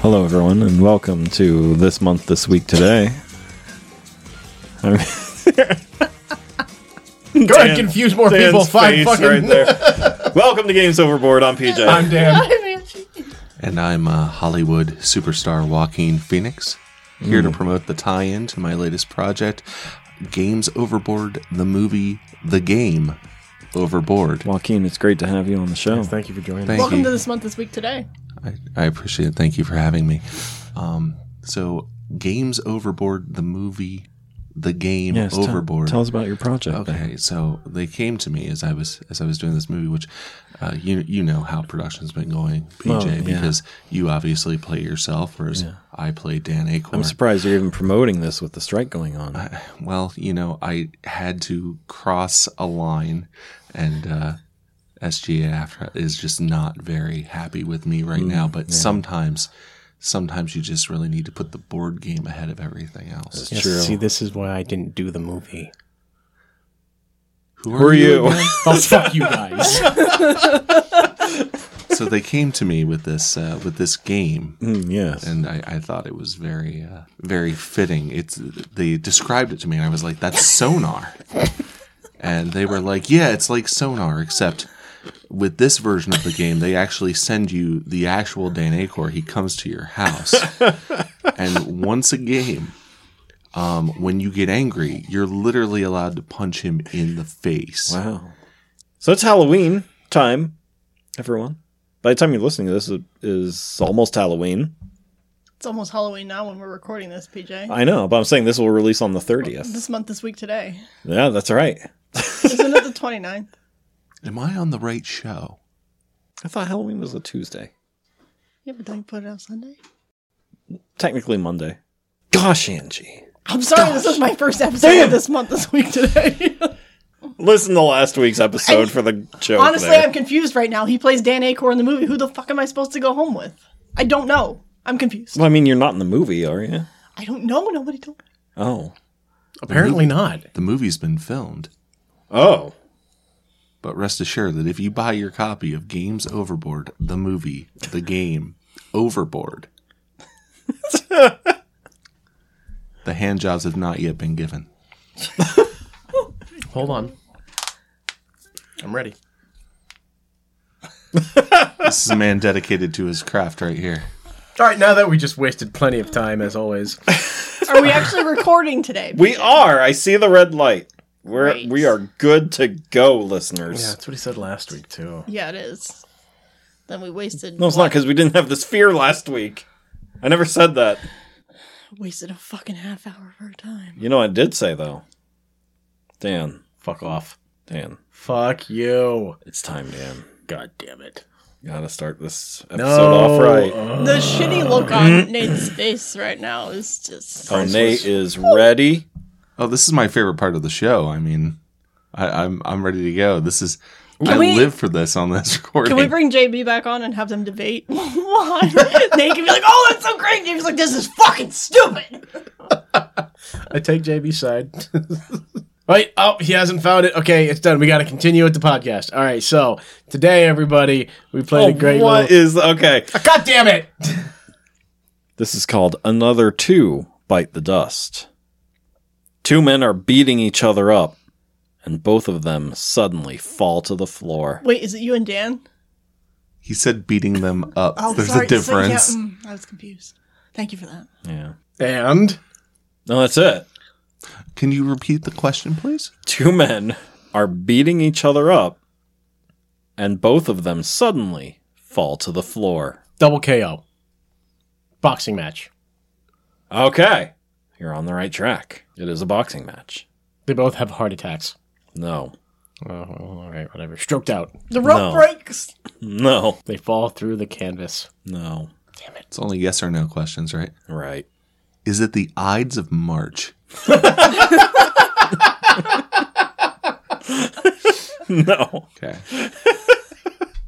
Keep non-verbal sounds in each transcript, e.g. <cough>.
Hello, everyone, and welcome to this month, this week, today. I'm- <laughs> Go ahead and confuse more Dan's people. Fine, face fucking. right there. welcome to Games Overboard. I'm PJ. I'm <laughs> Dan. And I'm uh, Hollywood superstar Joaquin Phoenix, here Mm. to promote the tie in to my latest project, Games Overboard, the movie The Game Overboard. Joaquin. It's great to have you on the show. Thank you for joining. Thank Welcome you. to this month, this week, today. I, I appreciate it. Thank you for having me. Um, so, Games Overboard, the movie The Game Yes, tell- Overboard. Tell, us about your project. then. Okay, so they came to me as I was as I was doing this movie, which uh, you you know how production's been going, PJ, Oh, yeah. because you obviously play yourself, whereas I play Dan Acorn. I'm surprised you're even promoting this with the strike going on. well, you know, I had to cross a line, and uh, SGA after is just not very happy with me Mm, right now. But sometimes, sometimes you just really need to put the board game ahead of everything else. True. See, this is why I didn't do the movie. Who Who are you? <laughs> again? Oh fuck you guys! so they came to me with this uh, with this game. Mm, yes. and I, I thought it was very uh, very fitting. It's they described it to me, and I was like, "That's sonar," and they were like, "Yeah, it's like sonar, except." With this version of the game, they actually send you the actual Dan Acor. He comes to your house, and once a game, um, when you get angry, you're literally allowed to punch him in the face. Wow. So it's Halloween time, everyone. By the time you're listening to this, it is almost Halloween. It's almost Halloween now when we're recording this, PJ. I know, but I'm saying this will release on the 30th. This month, this week, today. Yeah, that's right. Isn't it the 29th? Am I on the right show? I thought Halloween was a Tuesday. Yeah, but don't you put it out Sunday? Technically Monday. Gosh, Angie. I'm sorry, this is my first episode of this month, this <laughs> week, today. Listen to last week's episode for the joke. Honestly, there. I'm confused right now. He plays Dan Acor in the movie. Who the fuck am I supposed to go home with? I don't know. I'm confused. Well, I mean, you're not in the movie, are you? I don't know. Nobody told me. Oh. <laughs> Apparently not. The movie's been filmed. Oh. But rest assured that if you buy your copy of Games Overboard, the movie, the game, Overboard, <laughs> the hand jobs have not yet been given. Hold on. I'm ready. This is a man dedicated to his craft right here. All right, now that we just wasted plenty of time, as always. Are we actually recording today? We are. I see the red light. We're Great. we are good to go, Yeah, listeners. that's what he said last week too. Yeah, it is. Then we wasted No, it's not because we didn't have this fear last week. I never said that. wasted a fucking half hour of our time. You know, I did say though. Dan, Fuck off. Dan, Fuck you. it's time, Dan. God damn it. Gotta start this episode off right. The shitty look on Nate's face right now is just. oh, Nate is ready. Oh, this is my favorite part of the show. I mean, I, I'm I'm ready to go. This is I we- live for this on this <laughs> recording. Can we bring JB back on and have them debate <laughs> why? Nate can be like, "Oh, that's so great." James like, "This is fucking stupid." I take JB's side. <laughs> Wait, oh, he hasn't found it. Okay, it's done. We got to continue with the podcast. All right, so today, everybody, we Oh, played a great Oh, What little- is okay? God damn it! This is called Another Two Bite the Dust. Two men are beating each other up, and both of them suddenly fall to the floor. Wait, is it you and Dan? he said beating them up. There's Oh, sorry, a so- yeah, difference. mm, I was confused. Thank you for that. Yeah. And No, that's it. Can you repeat the question, please? Two men are beating each other up, and both of them suddenly fall to the floor. double KO. Boxing match. Okay. You're on the right track. It is a boxing match. They both have heart attacks. No. Oh, all right, whatever. Stroked out. The rope No. breaks. No. They fall through the canvas. <laughs> No. It's only yes or no questions, right? Right. <laughs> Is it the Ides of March? No. Okay.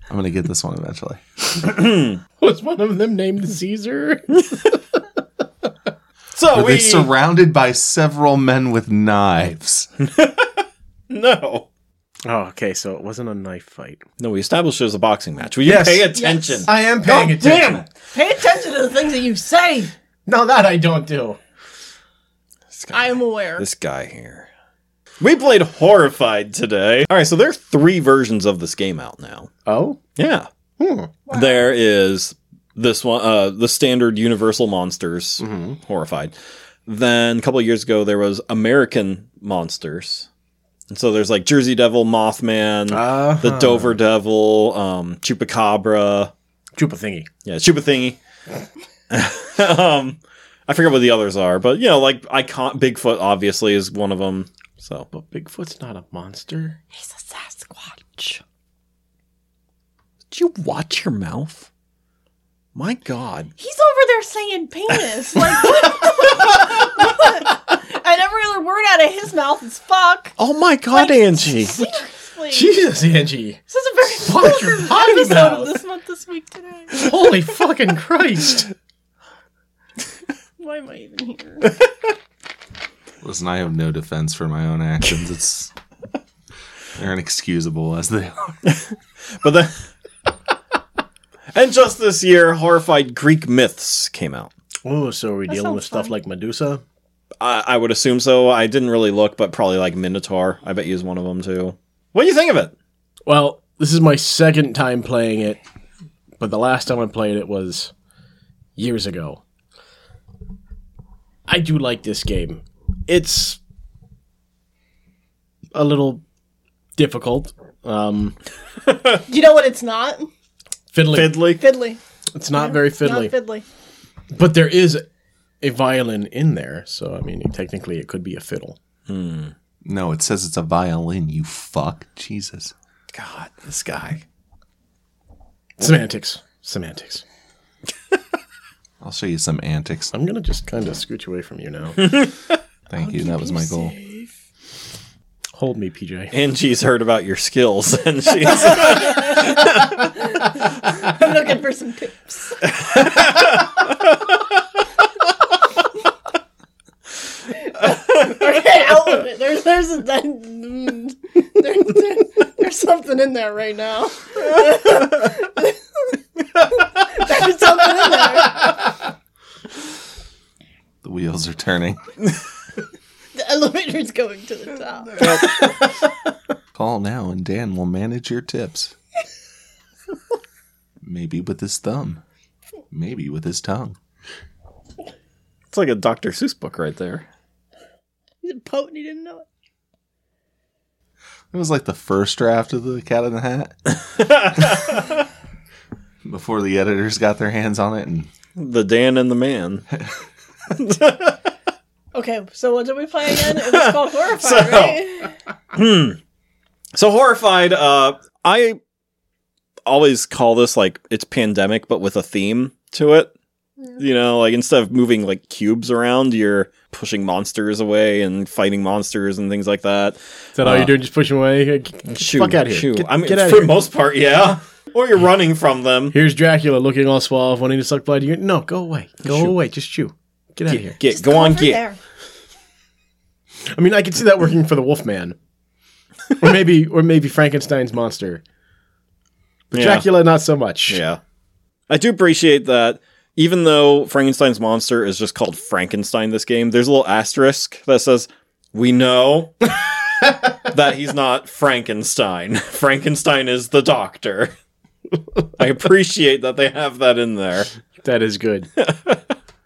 I'm going to get this one eventually. Was one of them named Caesar? <laughs> So Are we they surrounded by several men with knives? No. oh, okay. So it wasn't a knife fight. No, we established it was a boxing match. Will you Yes. pay attention? Oh, I am paying attention. Damn it. Pay attention to the things that you say. No, that I don't do. This guy, I am aware. this guy here. We played Horrified today. All right, so there are three versions of this game out now. Oh? Yeah. There is this one, uh, the standard Universal Monsters, Horrified. Then a couple of years ago, there was American Monsters. And so there's like Jersey Devil, Mothman, the Uh-huh. Dover Devil, um, Chupacabra. Chupa thingy. Yeah, Chupa Thingy. <laughs> um, I forget what the others are, but you know, like icon Bigfoot obviously is one of them. So Oh, But Bigfoot's not a <laughs> monster. He's a Sasquatch. did you watch your mouth? My God, He's over there saying penis. Like, <laughs> what? and every other word out of his mouth is fuck. oh my God, Angie! Seriously. Jesus, Angie. This is a very Fuck your important potty episode mouth. of this month, this week, today. Holy fucking Christ. Why am I even here? <laughs> Listen, I have no defense for my own actions. It's <laughs> they're inexcusable as they are. But then, <laughs> and just this year, horrified Greek myths came out. <laughs> Oh, so are we dealing sounds with stuff fun. like Medusa? I, I would assume so. I didn't really look, but probably like Minotaur. I bet you is one of them too. What do you think of it? Well, this is my second time playing it, but the last time I played it was years ago. I do like this game. It's a little difficult. Um, You know what it's not? fiddly. Fiddly. Fiddly. it's not very fiddly, Not <laughs> fiddly. but there is a violin in there, so I mean, technically, it could be a fiddle. No, it says it's a violin. You fuck, Jesus. God, this guy. Semantics, semantics. I'll show you some antics. I'm gonna just kind of scooch away from <laughs> you now. Thank Oh, you. That was my goal. Hold me, PJ. Angie's heard about your skills, <laughs> and she's I'm looking for some <laughs> tips. okay, I'll admit, there's there's a, mm, there, there- there's something in there right now. <laughs> there's something in there. The wheels are turning. The elevator's going to the top. Call now and Dan will manage your <laughs> tips. Maybe with his thumb. Maybe with his tongue. it's like a Dr. Seuss book right there. He's a potent. He didn't know it. It was like the first draft of the Cat in the Hat. <laughs> Before the editors got their hands on it and The Dan and the Man. Okay, so what did we play again? <laughs> It was called Horrify, So- right? So horrified. Uh, I always call this like it's pandemic, but with a theme to it. You know, like instead of moving like cubes around, you're pushing monsters away and fighting monsters and things like that. Is that all you're doing? Just pushing away? Shoo, Fuck outta here. shoo. Get- Uh, I mean, get outta for here. most part, yeah. Or you're running from them. Here's Dracula looking all suave, wanting to suck blood. You no, go away, go away, just chew. Get out of here. Get go Go on, over get. there. I mean, I could see that working for the Wolfman, or maybe, or maybe Frankenstein's monster. Yeah. Dracula, not so much. Yeah. I do appreciate that even though Frankenstein's monster is just called Frankenstein this game, there's a little asterisk that says we know that he's not Frankenstein. <laughs> Frankenstein is the doctor. I appreciate that they have that in there. that is <laughs> good.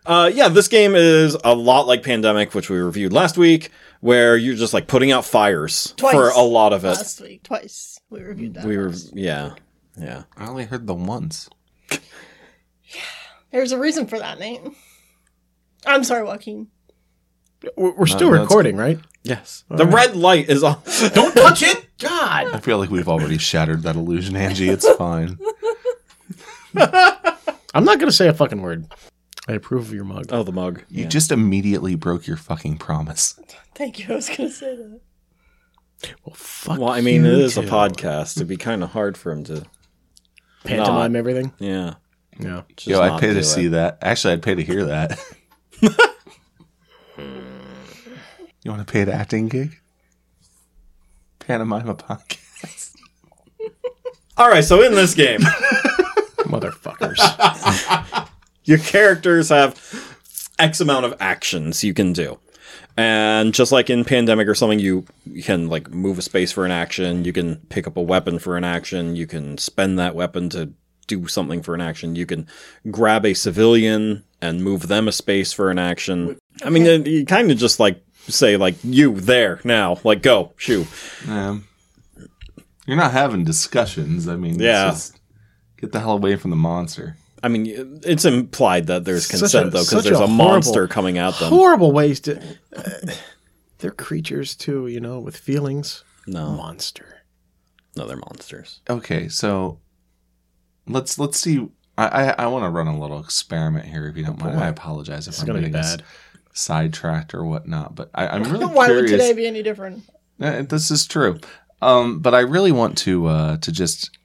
Uh, yeah, this game is a lot like Pandemic, which we reviewed last week, where you're just like putting out fires Twice. for a lot of it. Last week, twice. We reviewed that. We were, yeah, yeah. I only heard the once. There's a reason for that, Nate. I'm sorry, Joaquin. We're, we're still no, it's recording, right? Yes, the red light is on. Don't touch it. God. I feel like we've already shattered that illusion, Angie. It's fine. I'm not gonna say a fucking word. I approve of your mug. <laughs> Oh, the mug. You just immediately broke your fucking promise. Thank you. I was gonna say <laughs> that. Well, fuck. Well, I mean, it you is a two. podcast. It'd be kind of hard for him to, Pantomime everything. yeah. Yeah. just Yo, I'd not pay do to it. see that. Actually, I'd pay to <laughs> hear that. you want to pay an acting gig? Pantomime a podcast. All right, so in this game, <laughs> <laughs> Motherfuckers. your characters have X amount of actions you can do. And just like in Pandemic or something, you you can like move a space for an action, you can pick up a weapon for an action, you can spend that weapon to do something for an action, you can grab a civilian and move them a space for an action. I mean, it- you kind of just like say like you there now, like go, shoo. Um, you're not having discussions. I mean, it's Yeah. just- get the hell away from the monster. I mean, it's implied that there's Such a- consent though, because such there's a a, horrible- monster coming at them. Horrible ways to. uh, <sighs> they're creatures too, you know, with feelings. no, Monster. no, they're monsters. Okay, so let's let's see. I I, I want to run a little experiment here, if you don't mind. I apologize if It's I'm gonna be getting us bad. sidetracked or whatnot, but <laughs> I, I'm really Why would curious. today be any different? Eh, This is true. Um, but I really want to uh, to just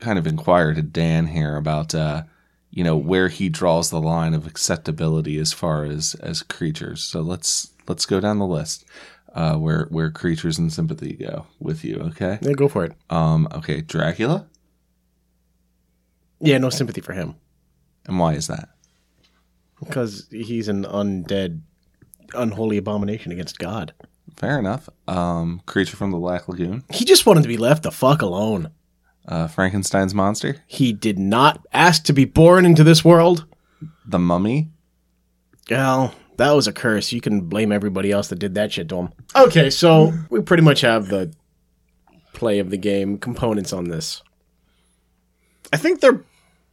kind of inquire to Dan here about uh, you know where he draws the line of acceptability as far as as creatures. So let's let's go down the list uh, where where creatures and sympathy go with you. Okay. Yeah, go for it. Um, okay. Dracula. Yeah, no sympathy for him And why is that? because he's an undead, unholy abomination against God. Fair enough. Um, creature from the Black Lagoon. He just wanted to be left the fuck alone. Uh, Frankenstein's monster. He did not ask to be born into this world. The Mummy. Well, that was a curse. You can blame everybody else that did that shit to him. Okay, so we pretty much have the play of the game components on this. I think they're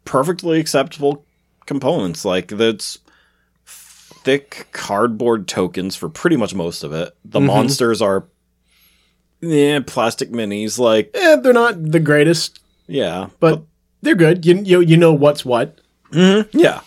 perfectly acceptable components. Like that's thick cardboard tokens for pretty much most of it. The monsters are yeah, plastic minis. Like Eh, they're not the greatest, yeah, but they're good. You you, you know what's what. yeah.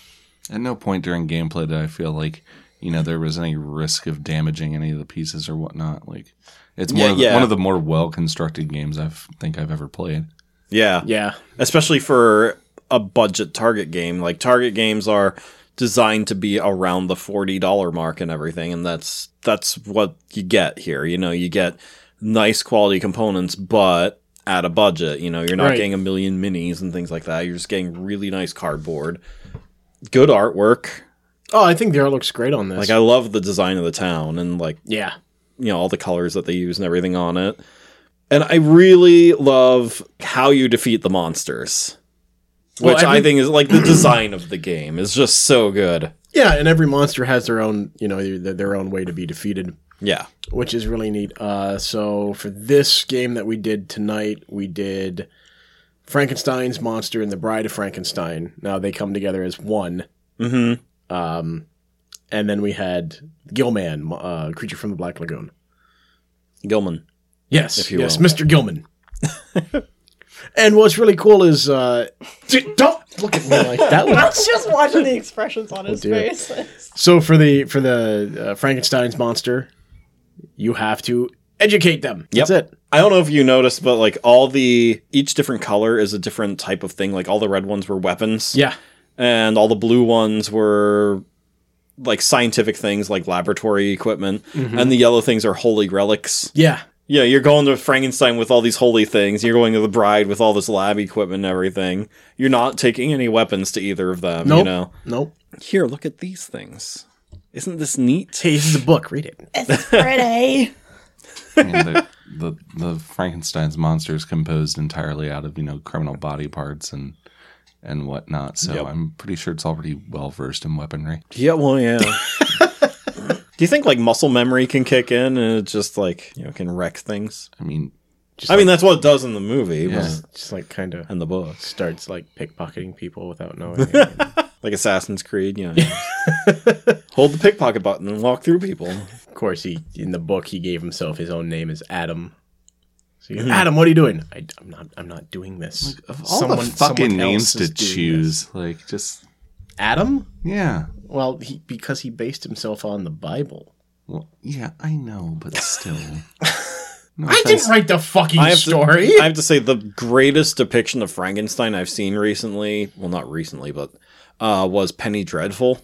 At no point during gameplay did I feel like, you know, there was any risk of damaging any of the pieces or whatnot. Like, it's more Yeah, of the- yeah. one of the more well constructed games I think I've ever played. yeah, Yeah. Especially for a budget Target game. Like Target games are designed to be around the forty dollar mark and everything, and that's that's what you get here. You know, you get nice quality components, but at a budget. You know, you're not Right. getting a million minis and things like that. You're just getting really nice cardboard, good artwork. Oh, I think the art looks great on this. Like I love the design of the town and like yeah. you know all the colors that they use and everything on it. And I really love how you defeat the monsters. Well, Which I every- think is <clears throat> like the design of the game is just so good. Yeah, and every monster has their own, you know, their, their own way to be defeated, Yeah. which is really neat. Uh, so for this game that we did tonight, we did Frankenstein's monster and the Bride of Frankenstein. Now they come together as one. Um, Mm-hmm. and then we had Gilman, uh, creature from the Black Lagoon. Gilman. Yes, If you yes, will. Mr. Gilman. <laughs> and what's really cool is uh, d- don't look at me <laughs> like that. I One. was just watching the expressions Oh, on his dear. face. So for the for the uh, Frankenstein's monster, you have to educate them. Yep. That's it. I don't know if you noticed, but like all the each different color is a different type of thing. Like all the red ones were weapons. Yeah, and all the blue ones were like scientific things like laboratory equipment and the yellow things are holy relics yeah. yeah you're going to frankenstein with all these holy things you're going to the bride with all this lab equipment and everything you're not taking any weapons to either of them Nope. you know Nope. here look at these things isn't this neat Hey, this is a book. Read it. <laughs> It's pretty. I mean, the, <laughs> the, the Frankenstein's monster is composed entirely out of, you know, criminal body parts and and whatnot. So Yep. I'm pretty sure it's already well versed in weaponry. yeah well <laughs> yeah do you think like muscle memory can kick in and it just like you know can wreck things I mean, Just i mean that's what it does in the movie Yeah. was- just like kind of and the book starts like pickpocketing people without knowing. it. like Assassin's Creed, you know. hold the pickpocket button and walk through people. Of course, he in the book he gave himself his own name as Adam. So you go, Adam, what are you doing? I, am not. I'm not doing this. of all Someone- the fucking someone names else is to doing choose, like, just this. Adam? yeah, Well, he, because he based himself on the Bible. well, yeah, I know, <laughs> but still. No I offense. didn't write the fucking I have, story. To, I have to say, the greatest depiction of Frankenstein I've seen recently, well, not recently, but uh, was Penny Dreadful.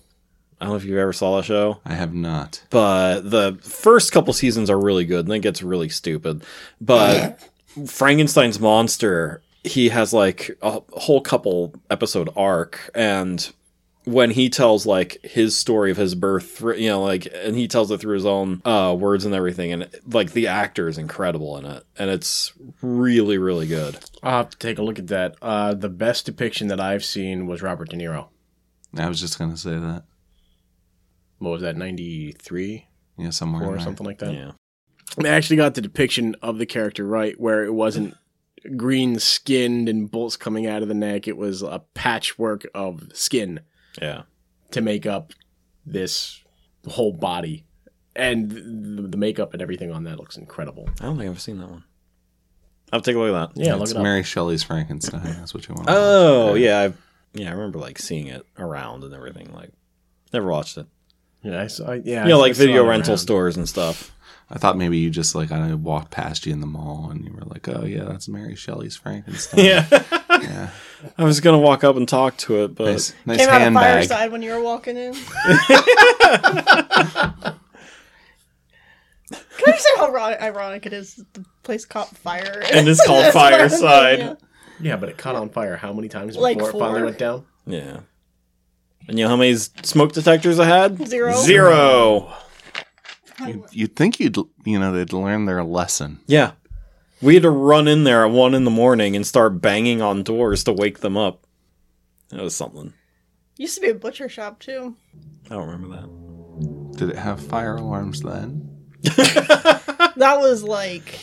I don't know if you ever saw that show. I have not. but the first couple seasons are really good and then it gets really stupid but frankenstein's monster he has like a whole couple episode arc and when he tells like his story of his birth, thr- you know, like, and he tells it through his own uh, words and everything, and like the actor is incredible in it, and it's really, really good. <laughs> I'll have to take a look at that. Uh, the best depiction that I've seen was Robert De Niro. I was just gonna say that. What was that, 93 Yeah, somewhere. in or there. something like that? Yeah, They actually got the depiction of the character right, where it wasn't green skinned and bolts coming out of the neck. It was a patchwork of skin yeah, to make up this whole body. And the, the makeup and everything on that looks incredible. I don't think I've seen that one. I'll take a look at that. Yeah, look It's it up. Mary Shelley's Frankenstein. That's what you want. Uh, Oh yeah, I, yeah, I remember like seeing it around and everything. Like, never watched it. yeah, I saw, yeah, You know, like I saw video it rental around. stores and stuff. I thought maybe you just like I walked past you in the mall and you were like, "Oh yeah, that's Mary Shelley's Frankenstein." yeah. I was gonna walk up and talk to it, but Nice, nice Came out of handbag. fireside when you were walking in. Can I just say how ro- ironic it is that the place caught fire? <laughs> and <laughs> it's called <laughs> That's what I mean, Fireside. yeah. Yeah, but it caught on fire how many times before Like it finally four. went down? Yeah. And you know how many s- smoke detectors I had? Zero. Zero. You, you'd think you'd you know they'd learn their lesson. Yeah. We had to run in there at one in the morning and start banging on doors to wake them up. That was something. Used to be a butcher shop too. I don't remember that. Did it have fire alarms then? That was like,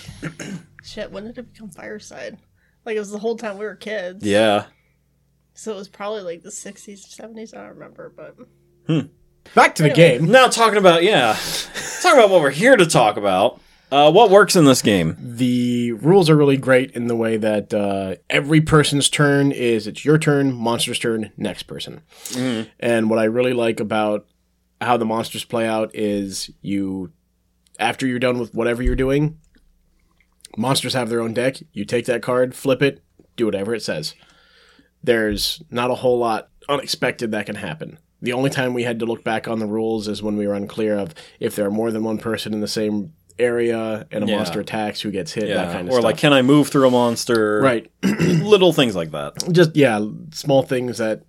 shit. When did it become Fireside? Like it was the whole time we were kids. Yeah. So it was probably like the sixties, seventies. I don't remember, but Back to the game. Now talking about yeah. talking about what we're here to talk about. Uh, what works in this game? The rules are really great in the way that uh, every person's turn is it's your turn, monster's turn, next person. And what I really like about how the monsters play out is you, after you're done with whatever you're doing, monsters have their own deck. You take that card, flip it, do whatever it says. There's not a whole lot unexpected that can happen. The only time we had to look back on the rules is when we were unclear of if there are more than one person in the same area and a Yeah. monster attacks, who gets hit, that Yeah. kind of or stuff. like can I move through a monster? right. <clears throat> Little things like that. Just, yeah, small things that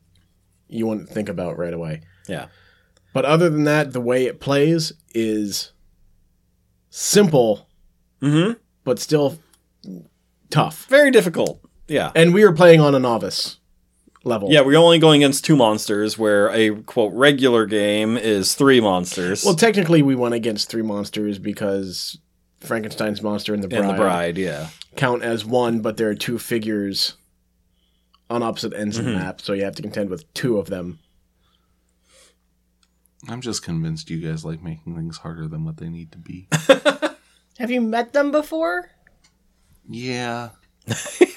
you wouldn't think about right away. Yeah. But other than that, the way it plays is simple, Mm-hmm. Mhm. but still tough. Very difficult. Yeah. And we were playing on a novice level. Yeah, we're only going against two monsters, where a quote regular game is three monsters. Well, technically, we went against three monsters because Frankenstein's monster and the bride, and the bride, yeah. count as one, but there are two figures on opposite ends of Mm-hmm. the map, so you have to contend with two of them. I'm just convinced you guys like making things harder than what they need <laughs> to be. have you met them before? yeah. yeah. <laughs>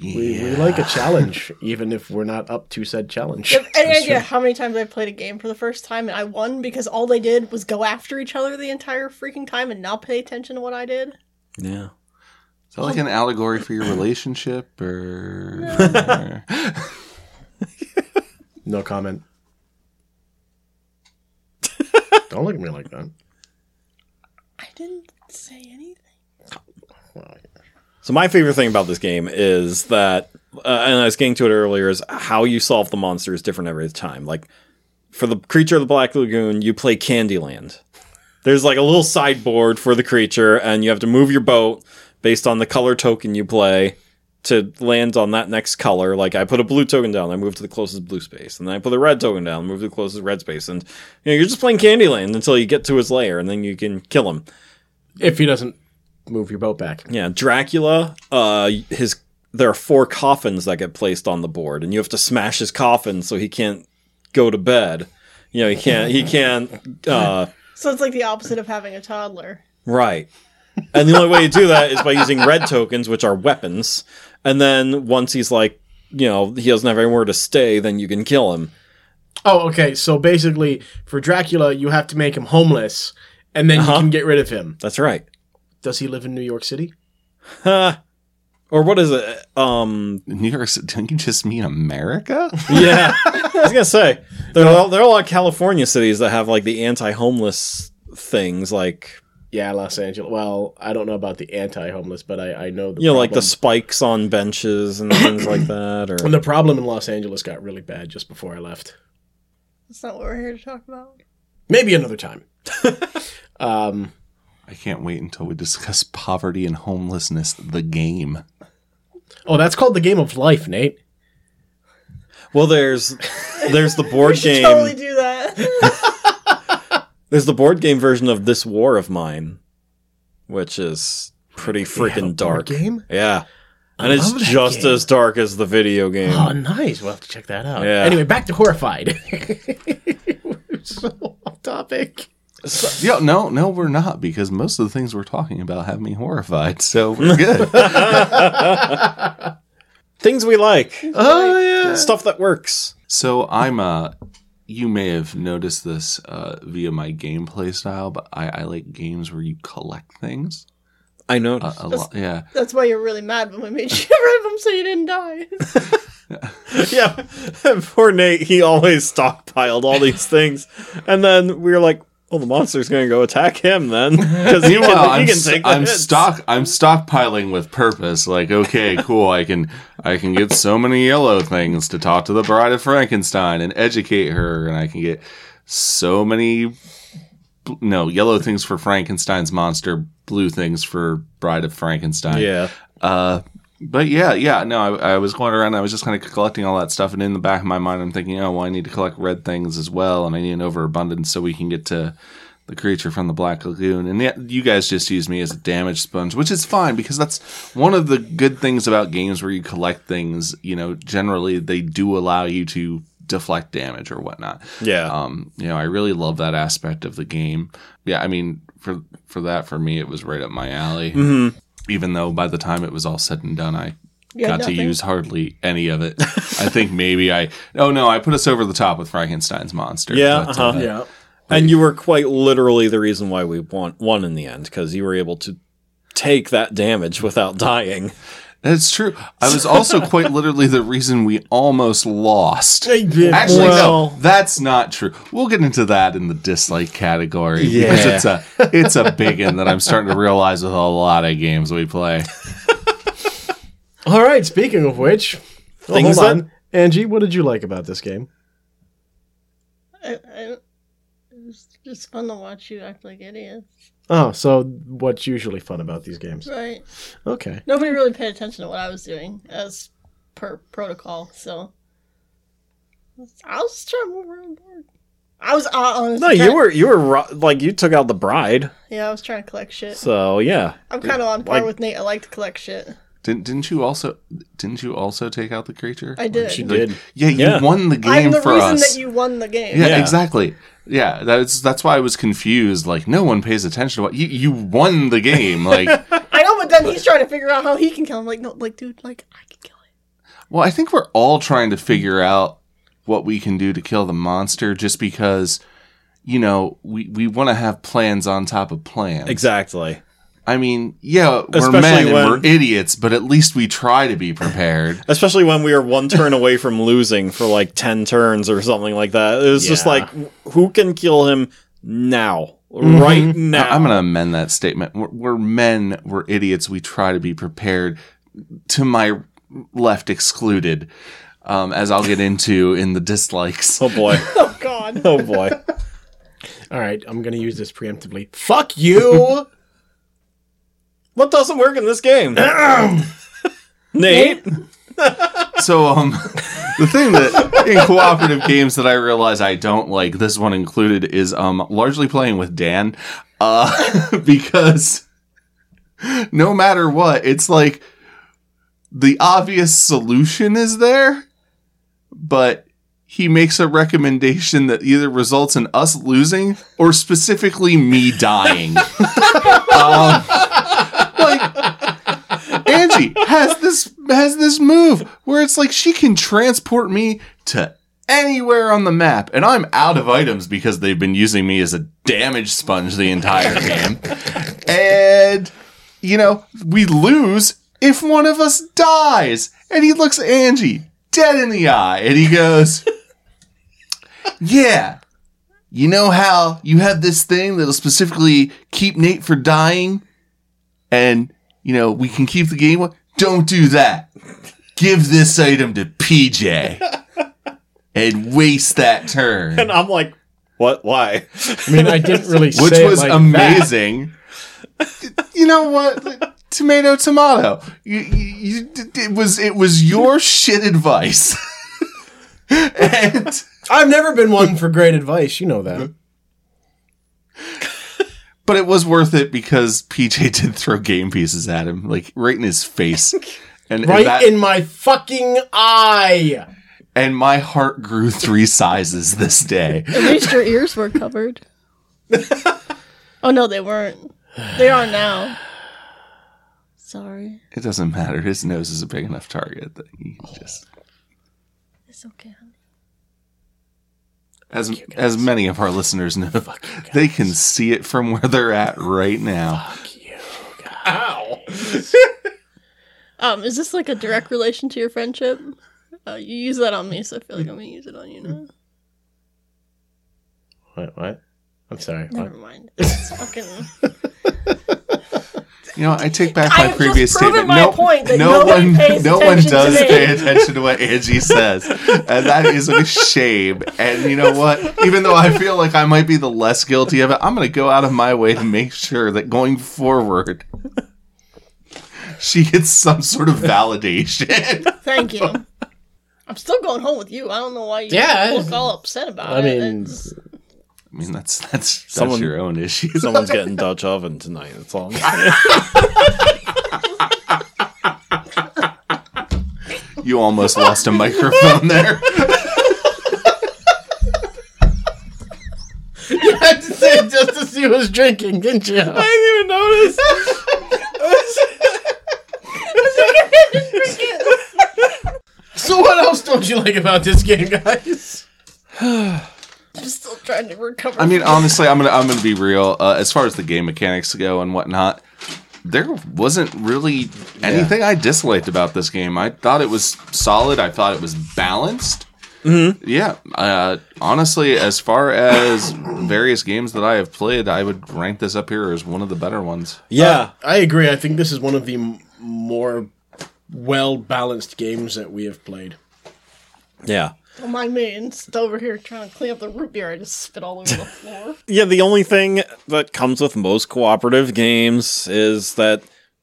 We, we like a challenge, even if we're not up to said challenge. You have any idea how many times I played a game for the first time and I won because all they did was go after each other the entire freaking time and not pay attention to what I did? Yeah. Is that like an allegory for your relationship or? No <laughs> comment. Don't look at me like that. I didn't say anything. Well, So my favorite thing about this game is that, uh, and I was getting to it earlier, is how you solve the monster is different every time. Like for the creature of the Black Lagoon, you play Candyland. There's like a little sideboard for the creature, and you have to move your boat based on the color token you play to land on that next color. Like I put a blue token down, I move to the closest blue space, and then I put a red token down, move to the closest red space, and you know you're just playing Candyland until you get to his lair, and then you can kill him. If he doesn't move your boat back. Yeah, Dracula. Uh, his there are four coffins that get placed on the board, and you have to smash his coffin so he can't go to bed. You know, he can't. He can't. Uh, So it's like the opposite of having a toddler. right. And the only way to do that is by using red tokens, which are weapons. And then once he's like, you know, he doesn't have anywhere to stay, then you can kill him. Oh, okay. So basically, for Dracula, you have to make him homeless, and then you can get rid of him. That's right. Does he live in New York City? Or what is it? Um, New York? City- Don't you just mean America? yeah. <laughs> I was gonna say there are there are a lot of California cities that have like the anti-homeless things, like yeah, Los Angeles. Well, I don't know about the anti-homeless, but I, I know the You know, like the problem- spikes on benches and things like that, or and the problem in Los Angeles got really bad just before I left. That's not what we're here to talk about. Maybe another <laughs> time. um, I can't wait until we discuss poverty and homelessness, the game. oh, that's called the game of life, Nate. well, there's there's <laughs> the board game. Totally do that. There's the board game version of This War of Mine, which is pretty freaking dark. game? Yeah. And love it's that just game. as dark as the video game. Oh, nice. We'll have to check that out. Yeah. Anyway, back to horrified. <laughs> We're so off topic. Yeah, no, no, we're not because most of the things we're talking about have me horrified. So we're good. Things we like, <laughs> oh yeah. stuff that works. So I'm uh you may have noticed this uh via my gameplay style, but I, I like games where you collect things. I know. A, a lot, yeah. That's why you're really mad when we made <laughs> you rip him so you didn't die. <laughs> <laughs> yeah. <laughs> Poor Nate, he always stockpiled all these things. And then we were like, well, the monster's going to go attack him then. Because he, can- <laughs> Meanwhile, he I'm, can s- take the I'm hits. stock I'm stockpiling with purpose. Like, okay, cool. I can I can get so many yellow things to talk to the Bride of Frankenstein and educate her, and I can get so many bl- no yellow things for Frankenstein's monster, blue things for Bride of Frankenstein. Yeah. Uh, but yeah, yeah, no, I, I was going around. I was just kind of collecting all that stuff, and in the back of my mind, I'm thinking, oh, well, I need to collect red things as well, and I need an overabundance so we can get to the creature from the Black Lagoon. And yet, you guys just use me as a damage sponge, which is fine because that's one of the good things about games where you collect things. You know, generally they do allow you to deflect damage or whatnot. Yeah. Um, you know, I really love that aspect of the game. Yeah, I mean, for for that, for me, it was right up my alley. Mm-hmm. Even though by the time it was all said and done, I You had got to nothing? use hardly any of it. I think maybe I. Oh no, I put us over the top with Frankenstein's monster. Yeah, but, uh, uh-huh. Yeah. and you were quite literally the reason why we won, won in the end, because you were able to take that damage without dying. that's true. I <laughs> was also quite literally the reason we almost lost. did. Actually, Well- no, that's not true. We'll get into that in the dislike category because Yeah. it's a it's a big one that I'm starting to realize with a lot of games we play. All right. Speaking of which, oh, Things hold that- on. Angie, what did you like about this game? I, I, it was just fun to watch you act like idiots. Oh, so what's usually fun about these games? Right. Okay. Nobody really paid attention to what I was doing as per protocol, so. I was just trying to move around the board. I was uh, honestly. No, you trying- were you were ro- like you took out the bride, Yeah, I was trying to collect shit. so yeah. I'm kind of on par like- with Nate. I like to collect shit. Didn't didn't you also didn't you also take out the creature? I did. She Like, did. Yeah, you Yeah. won the game I'm the for reason us. that you won the game. yeah, Yeah. exactly. Yeah, that's that's why I was confused. Like, no one pays attention to what you you won the <laughs> game. Like, I know, but then he's trying to figure out how he can kill him. Like, no, like, dude, like, I can kill him. well, I think we're all trying to figure out what we can do to kill the monster, just because, you know, we we want to have plans on top of plans. Exactly. I mean, yeah, we're Especially men and when- we're idiots, but at least we try to be prepared. Especially when we were one turn away from losing for like 10 turns or something like that. It was just Yeah. like who can kill him now? Right now. I'm going to amend that statement. We're, we're men, we're idiots, we try to be prepared. To my left, excluded, um, as I'll get into in the dislikes. Oh boy. Oh God. <laughs> Oh boy. All right. I'm going to use this preemptively. Fuck you. what doesn't work in this <clears throat> game? Nate, So, um, <laughs> the thing that in cooperative games that I realize I don't like, this one included, is um, largely playing with Dan, uh, <laughs> because no matter what, it's like the obvious solution is there, but he makes a recommendation that either results in us losing or specifically me <laughs> dying. um, like Angie has this has this move where it's like she can transport me to anywhere on the map and I'm out of items because they've been using me as a damage sponge the entire game. And you know, we lose if one of us dies. And he looks Angie dead in the eye and he goes, Yeah, you know how you have this thing that'll specifically keep Nate for dying, and you know we can keep the game. Don't do that. Give this item <laughs> to PJ and waste that turn, And I'm like, what? Why? <laughs> I mean, I didn't really say which it was like that. <laughs> amazing. you know what? Tomato, tomato. You, you, you, it was it was your shit advice, <laughs> and. I've never been one for great advice. You know that. But it was worth it because PJ did throw game pieces at him, like right in <laughs> his face. And, Right and, that- in my fucking eye. and my heart grew three sizes this day. At least your ears were <laughs> covered. oh no, they weren't. They are now. Sorry. It doesn't matter. His nose is a big enough target that he Oh, can just It's okay. honey. as as many of our listeners know, they can see it from where they're at right now. Ow. Um, is this like a direct relation to your friendship? Uh, you use that on me, so I feel like I'm gonna use it on you now. What? What? I'm sorry. Never mind. It's fucking. <laughs> You know, I take back I my have previous just proven statement. my no, point that no nobody one, pays no one attention to does me. pay attention to what Angie says, and that is a shame. And you know what? Even though I feel like I might be the less guilty of it, I'm going to go out of my way to make sure that going forward, she gets some sort of validation. Thank you. I'm still going home with you. I don't know why you Yeah, look I- all upset about I it. mean, It's- I mean, that's that's, that's Someone- your own <laughs> issue. Someone's <laughs> getting Dutch oven tonight. That's all. I'm saying. You almost lost a <laughs> microphone there. you <laughs> had to say it just as he was drinking, didn't you? I didn't even notice. <laughs> <laughs> So what else don't you like about this game, guys? I'm still trying to recover. I mean, honestly, I'm gonna I'm gonna be real. Uh, as far as the game mechanics go and whatnot, there wasn't really anything I disliked about this game. I thought it was solid. I thought it was balanced. Yeah. Uh, honestly, as far as various games that I have played, I would rank this up here as one of the better ones. <laughs> Yeah, I agree. I think this is one of the m- more well balanced games that we have played. yeah, Don't mind me. I'm just over here trying to clean up the root beer. I just spit all over the floor. yeah. The only thing that comes with most cooperative games is that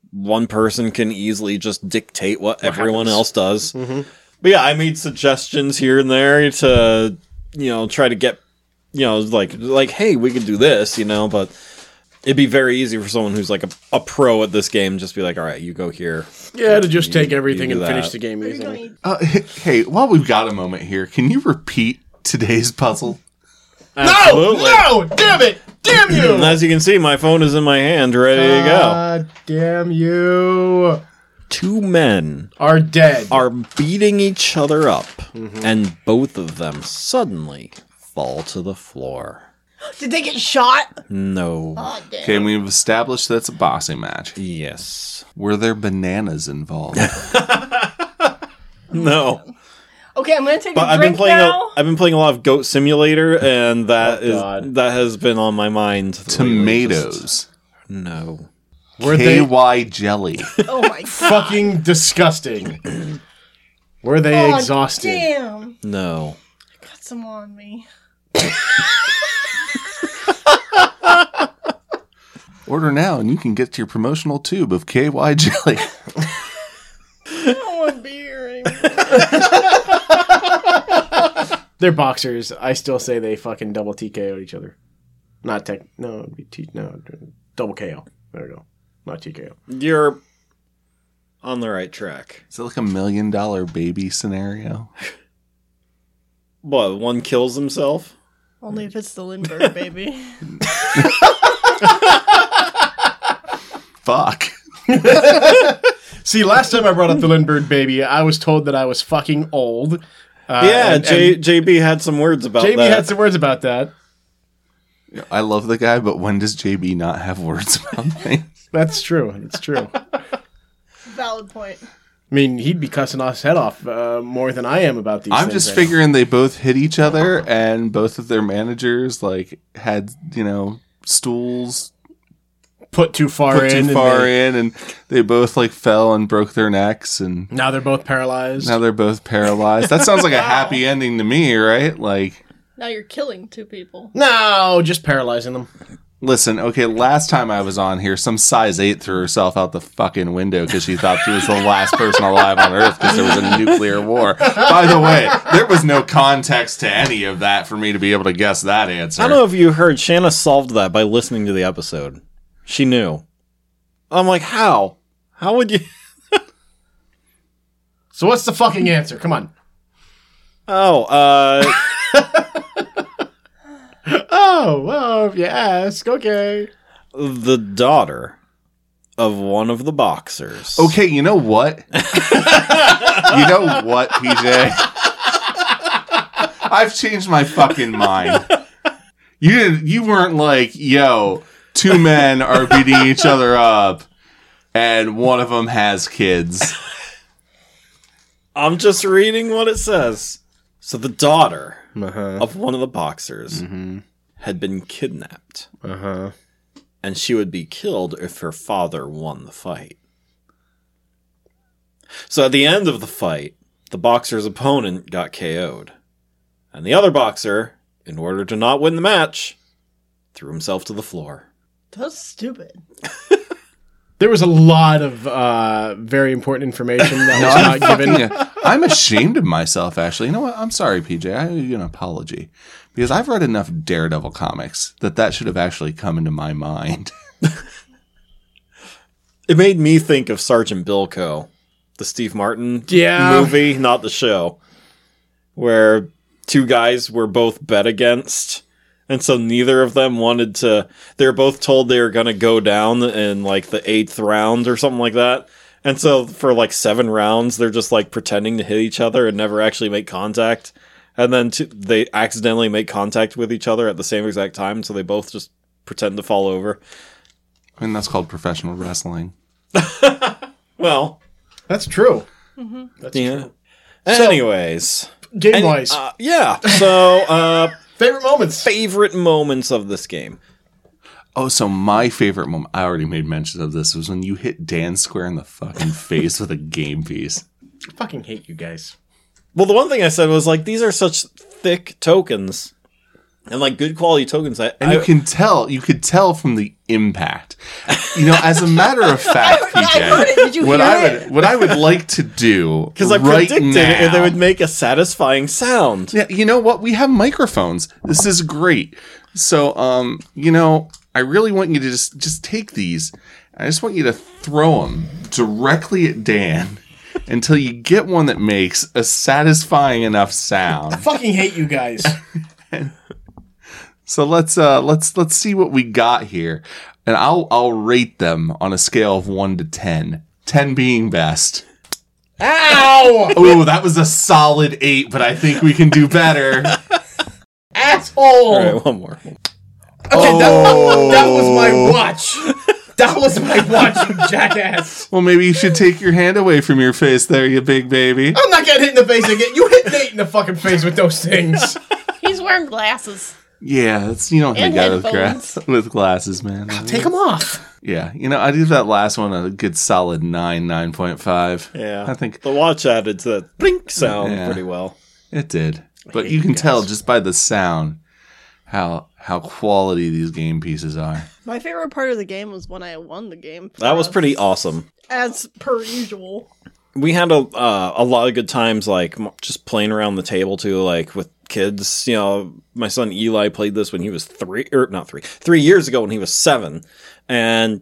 one person can easily just dictate what, Mm-hmm. everyone else does. But yeah, I made suggestions here and there to you know try to get you know like like hey, we could do this, you know, but. It'd be very easy for someone who's like a, a pro at this game just be like, all right, you go here. Yeah, to just take everything you and do finish that. the game You're gonna easily. eat- Uh, hey, while we've got a moment here, can you repeat today's puzzle? No, Absolutely. no, damn it, damn And you! as you can see, my phone is in my hand, ready to go. damn you! Two men Are dead. are beating each other up, and both of them suddenly fall to the floor. Did they get shot? No. Oh, damn. Okay, we've established that's a boxing match. Yes. Were there bananas involved? No. Okay, I'm gonna take But a I've drink been playing. A, <laughs> now. I've been playing a lot of Goat Simulator, and that Oh, is God. that has been on my mind. lately, just- Tomatoes. no. Were they KY jelly. <laughs> oh my god. fucking disgusting? <clears throat> Were they Oh, exhausted? Damn. No. Got some <laughs> on me. Order now and you can get your promotional tube of KY <laughs> jelly. I don't want beer anymore. They're boxers. I still say they fucking double TKO'd each other. Not tech. No, it'd be T, no, double KO. There we go. Not TKO. You're on the right track. Is it like a million dollar baby scenario? What? One kills himself. Only if it's the Lindbergh baby. Fuck. See, last time I brought up the Lindbergh baby, I was told that I was fucking old. Uh, yeah. and- J- and JB had some words about JB that. had some words about that. I love the guy, but when does JB <laughs> not have words about things? That's true. It's true. <laughs> Valid point. I mean, he'd be cussing us head off uh, more than I am about these. I'm things just right now. figuring they both hit each other, and both of their managers like had you know stools put too far put in. too and far they- in, and they both like fell and broke their necks, and Now they're both paralyzed. now they're both paralyzed. That sounds like a happy ending to me, right? Like, Now you're killing two people. no, just paralyzing them. listen, okay, last time I was on here, some size eight threw herself out the fucking window because she thought she was the last person alive on Earth because there was a nuclear war. By the way, there was no context to any of that for me to be able to guess that answer. I don't know if you heard. Shanna solved that by listening to the episode. She knew. I'm like, how? How would you? <laughs> So what's the fucking answer? Come on. Oh, uh, Oh well, if you ask, okay. the daughter of one of the boxers. Okay, you know what? you know what, PJ? I've changed my fucking mind. You didn't, you weren't like, yo, two men are beating each other up and one of them has kids. I'm just reading what it says. So the daughter Uh huh. of one of the boxers had been kidnapped, Uh huh. and she would be killed if her father won the fight. So at the end of the fight, the boxer's opponent got KO'd, and the other boxer, in order to not win the match, threw himself to the floor. That's stupid. There was a lot of uh, very important information that <laughs> was not given. Fucking- I'm ashamed of myself, actually. You know what? I'm sorry, PJ. I owe you an apology because I've read enough Daredevil comics that that should have actually come into my mind. It made me think of Sergeant Bilko, the Steve Martin Yeah. movie, not the show, where two guys were both bet against. And so neither of them wanted to. They were both told they were going to go down in like the eighth round or something like that. And so for like seven rounds, they're just like pretending to hit each other and never actually make contact. And then t- they accidentally make contact with each other at the same exact time. So they both just pretend to fall over. I mean, that's called professional wrestling. Well, That's true. That's yeah. true. Anyways. Game Any- wise, uh, yeah. So, uh, <laughs> favorite moments. favorite moments of this game. Oh, so my favorite moment, I already made mention of this, was when you hit Dan Square in the <laughs> fucking face with a game piece. I fucking hate you guys. Well, the one thing I said was like these are such thick tokens, and like good quality tokens. I, And I you can tell, you could tell from the impact. You know, as a matter <laughs> of fact, PJ, Did you what hear I it? <laughs> would, what I would like to do, <laughs> because I right predicted now, it, they would make a satisfying sound. Yeah, you know what? We have microphones. This is great. So, um, you know, I really want you to just just take these. I just want you to throw them directly at Dan <laughs> until you get one that makes a satisfying <laughs> enough sound. Fucking hate you guys. So let's uh let's let's see what we got here. And I'll I'll rate them on a scale of 1 to 10. 10 being best. Ow! Oh, that was a solid 8, but I think we can do better. Asshole! All right, one more. <laughs> Okay, that, that was my <laughs> watch. That was my watch, you jackass. Well, maybe you should take your hand away from your face there, you big baby. I'm not getting hit in the face again. You hit Nate in the fucking face with those things. He's wearing glasses. Yeah, that's you don't hang And out with, headphones. grass, <laughs> with glasses, man. Take them off. yeah, you know, I did that last one a good solid nine, nine point five. Yeah, I think the watch added to that blink sound Yeah. pretty well. it did, but you can tell just by the sound how how quality these game pieces are. My favorite part of the game was when I won the game. That was pretty awesome. As per usual. we had a uh, a lot of good times, like m- just playing around the table too, like with kids. You know, my son Eli played this when he was three, or not three, three years ago when he was seven, and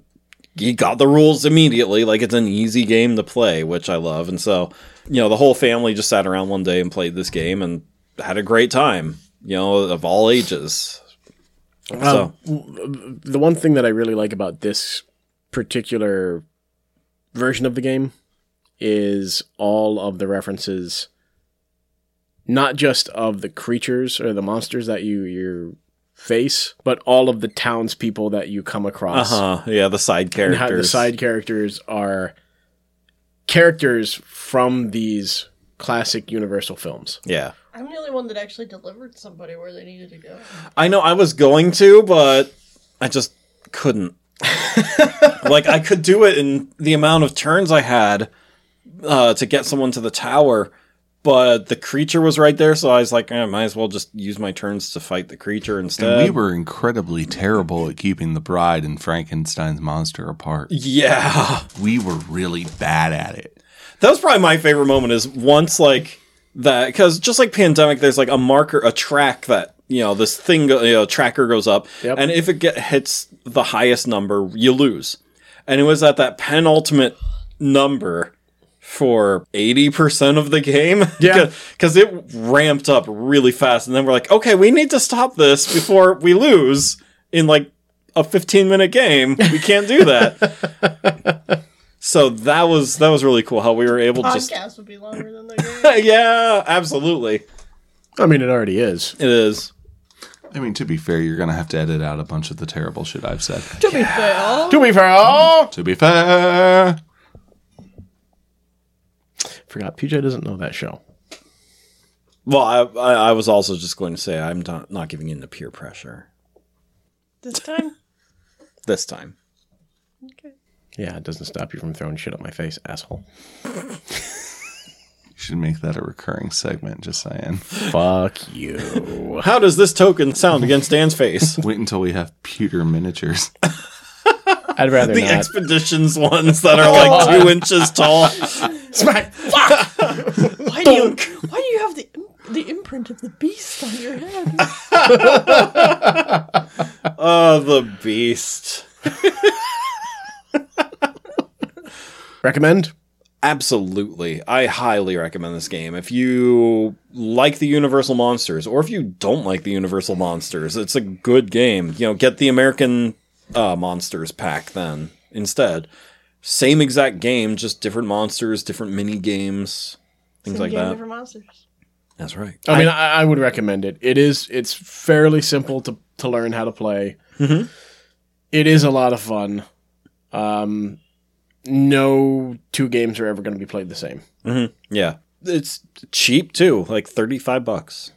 he got the rules immediately. Like it's an easy game to play, which I love. And so, you know, the whole family just sat around one day and played this game and had a great time. You know, of all ages. So The one thing that I really like about this particular version of the game is all of the references, not just of the creatures or the monsters that you you face, but all of the townspeople that you come uh across. huh, yeah, the side and how characters. the side characters are characters from these classic Universal films. Yeah. I'm the only one that actually delivered somebody where they needed to go. I know I was going to, but I just <laughs> couldn't. like I could do it in the amount of turns I had uh, to get someone to the tower, but the creature was right there, so I was like, eh, I might as well just use my turns to fight the creature instead. And we were incredibly terrible at keeping the bride and Frankenstein's monster apart. yeah, We were really bad at it. that was probably my favorite moment. Is once like that because just like pandemic, there's like a marker, a track that you know this thing, go- you know, tracker goes up, Yep. and if it get, hits the highest number, you lose. And it was at that penultimate number for 80% of the game. <laughs> Yeah. Because it ramped up really fast. And then we're like, okay, we need to stop this before we lose in like a 15 minute game. We can't do that. so that was that was really cool how we were able to just Podcast would be <laughs> longer than the game. Yeah, absolutely. I mean, it already is. It is. I mean, to be fair, you're going to have to edit out a bunch of the terrible shit I've said. to be <laughs> fair, To be fair, oh! to be fair. forgot PJ doesn't know that show. Well, I, I I was also just going to say I'm not not giving in to peer pressure this time. this time. Okay. Yeah, it doesn't stop you from throwing shit at my face, asshole. You should make that a recurring segment, just saying. Fuck you. How does this token sound against Dan's face? Wait until we have pewter miniatures. I'd rather the not. expeditions ones that are like two inches tall. Smack. Why do you why do you have the im- the imprint of the beast on your head? Oh, the beast! Recommend? Absolutely, I highly recommend this game. If you like the Universal Monsters, or if you don't like the Universal Monsters, it's a good game. You know, get the American uh, Monsters pack then instead. Same exact game, just different monsters, different mini games, things Same like game, that. different monsters. That's right. I mean, I, I would recommend it. It is. It's fairly simple to to learn how to play. It is a lot of fun. Um, no two games are ever going to be played the same. Yeah. It's cheap too, like 35 bucks.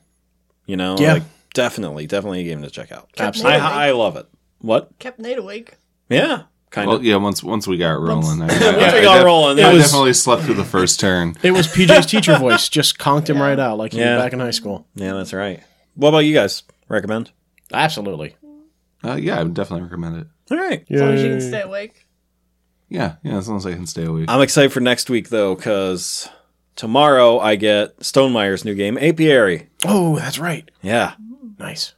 You know? Yeah. Like definitely, definitely a game to check out. Absolutely. I, I love it. What? Kept Nate awake. Yeah. Kind Well, of. yeah, once once we got rolling. <laughs> I, I, Once we I got def- rolling, I it was- definitely slept through the first turn. It was PJ's <laughs> teacher voice just conked him right out like he Yeah. was back in high school. Yeah, that's right. What about you guys? Recommend? Absolutely. Uh, yeah, I would definitely recommend it. All right. As long as you can stay awake. Yeah, yeah, as long as I can stay awake. I'm excited for next week though, because tomorrow I get Stonemeyer's new game, Apiary. Oh, that's right. Yeah. Nice.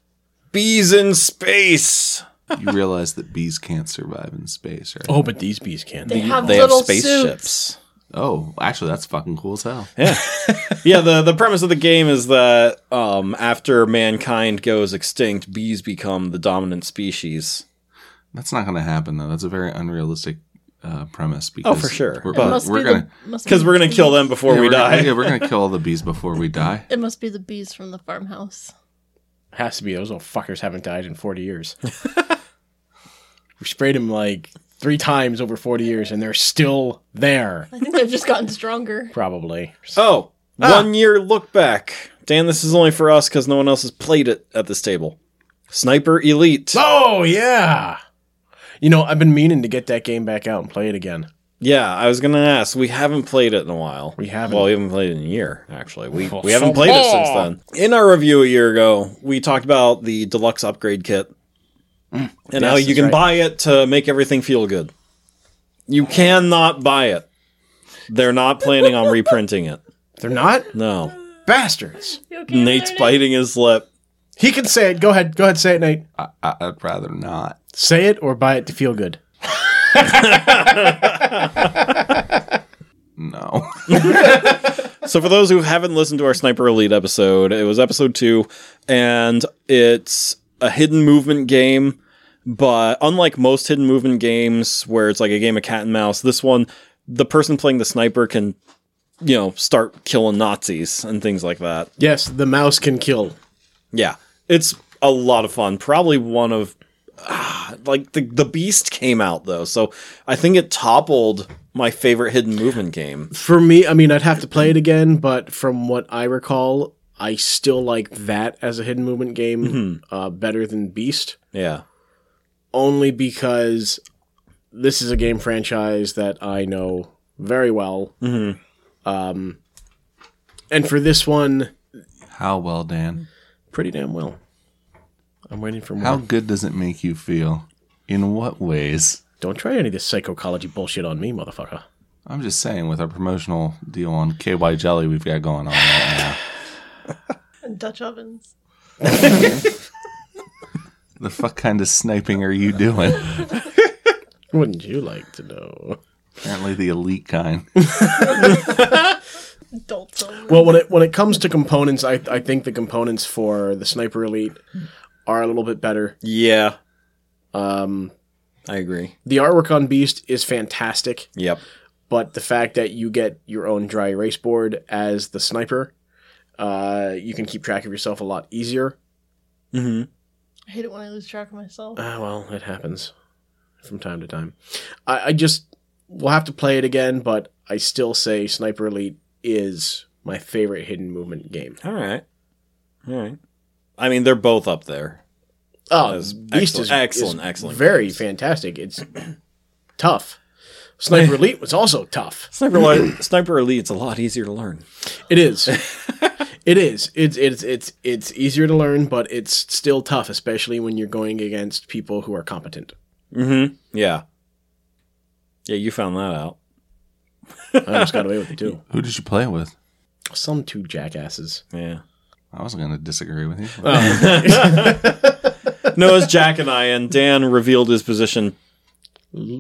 Bees in space. you realize that bees can't survive in space, right? Oh, but these bees can. They have They have little spaceships. suits. Oh, actually, that's fucking cool as hell. Yeah. <laughs> yeah, the, the premise of the game is that um, after mankind goes extinct, bees become the dominant species. That's not going to happen though. That's a very unrealistic uh, premise. Oh, Because for sure. We're, But- we're, Must we're be the- gonna must be Because the we're going to bees. kill them before yeah, we we're gonna- die. yeah, we're gonna kill all the bees before we die. It must be the bees from the farmhouse. Has to be. Those little fuckers haven't died in 40 years. <laughs> we sprayed them like three times over 40 years and they're still there, I think they've just gotten stronger. probably. Oh, one year look back. Dan, this is only for us because no one else has played it at this table. Sniper Elite. Oh, yeah. You know, I've been meaning to get that game back out and play it again. Yeah, I was going to ask. We haven't played it in a while. We haven't. Well, we haven't played it in a year, actually. <laughs> We, Well, we haven't so- played it since then. In our review a year ago, we talked about the deluxe upgrade kit and Mm. Yes, how you that's can right. buy it to make everything feel good. You cannot buy it. They're not planning on reprinting it. They're not No. bastards. You okay over Nate's there, Nate? biting his lip. He can say it. Go ahead. Go ahead. Say it, Nate. I, I, I'd rather not. Say it or buy it to feel good. <laughs> No. So, for those who haven't listened to our Sniper Elite episode, it was episode two, and it's a hidden movement game. But unlike most hidden movement games where it's like a game of cat and mouse, this one, the person playing the sniper can, you know, start killing Nazis and things like that. Yes, the mouse can kill. Yeah, it's a lot of fun. Probably one of ah, like the the Beast came out though, so I think it toppled my favorite hidden movement game. For me, I mean, I'd have to play it again, but from what I recall, I still like that as a hidden movement game uh, better than Beast, Yeah. only because this is a game franchise that I know very well. Um, and for this one, How well, Dan? pretty damn well. I'm waiting for more. How good does it make you feel? In what ways? Don't try any of this psychology bullshit on me, motherfucker. I'm just saying, with our promotional deal on KY Jelly we've got going on right now, And Dutch ovens. the fuck kind of sniping are you doing? Wouldn't you like to know? Apparently, the elite kind. Adult ovens. Well, when it when it comes to components, I I think the components for the sniper elite are a little bit better. Yeah. Um, I agree. the artwork on Beast is fantastic, Yep. but the fact that you get your own dry erase board as the sniper, uh, you can keep track of yourself a lot easier. Mm-hmm. I hate it when I lose track of myself. Ah, well, it happens from time to time. I, I just we'll have to play it again, but I still say Sniper Elite is my favorite hidden movement game. All right. All right. I mean, they're both up there. Oh, is Beast excellent- is excellent, is excellent very fantastic. It's tough. <laughs> Sniper Elite was also tough. <clears throat> Sniper Elite, Sniper Elite's a lot easier to learn. It is. <laughs> it is. It's it's it's it's easier to learn, but it's still tough, especially when you're going against people who are competent. Mm-hmm. Yeah. Yeah, you found that out. I almost got away with it too. Who did you play with? <laughs> Some two jackasses. Yeah. I wasn't going to disagree with you. <laughs> Oh, No, it's Jack and I, and Dan revealed his position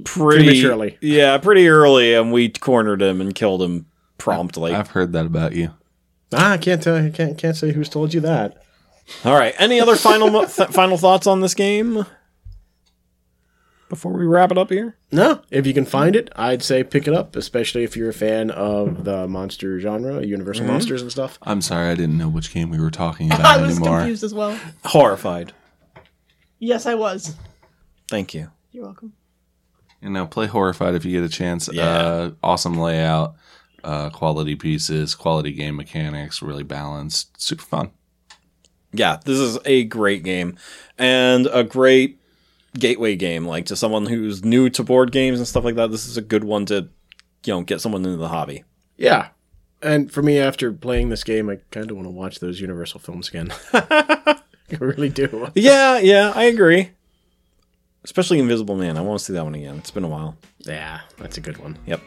pretty Prematurely. Yeah, pretty early, and we cornered him and killed him promptly. I've heard that about you. Ah, I can't tell. I can't can't say who's told you that. All right. Any other final mo- th- final thoughts on this game before we wrap it up here? No, if you can find it, I'd say pick it up, especially if you're a fan of the monster genre, Universal monsters and stuff. I'm sorry, I didn't know which game we <laughs> were talking about I was anymore. confused as well. Horrified. Yes, I was. Thank you. You're welcome. You know, play Horrified if you get a chance. Yeah. Uh, awesome layout, uh, quality pieces, quality game mechanics, really balanced, super fun. Yeah, this is a great game and a great gateway game. Like to someone who's new to board games and stuff like that, this is a good one to you know get someone into the hobby. Yeah. And for me, after playing this game, I kind of want to watch those Universal films again. <laughs> I really <laughs> do. Yeah, yeah, I agree. Especially Invisible Man. I want to see that one again. It's been a while. Yeah, that's a good one. Yep.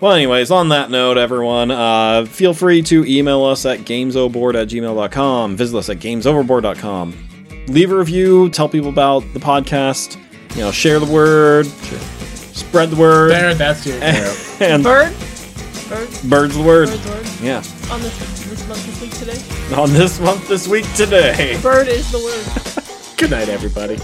Well, anyways, on that note, everyone, uh, feel free to email us at gamesoverboard at gmail.com. Visit us at gamesoverboard.com. Leave a review, tell people about the podcast, you know, share the word, spread the word, that's <laughs> your and Bird? Bird? birds the word. Bird's word? Yeah. On this, this month, this week, today? On this month, this week, today. Bird is the word. Good night, everybody.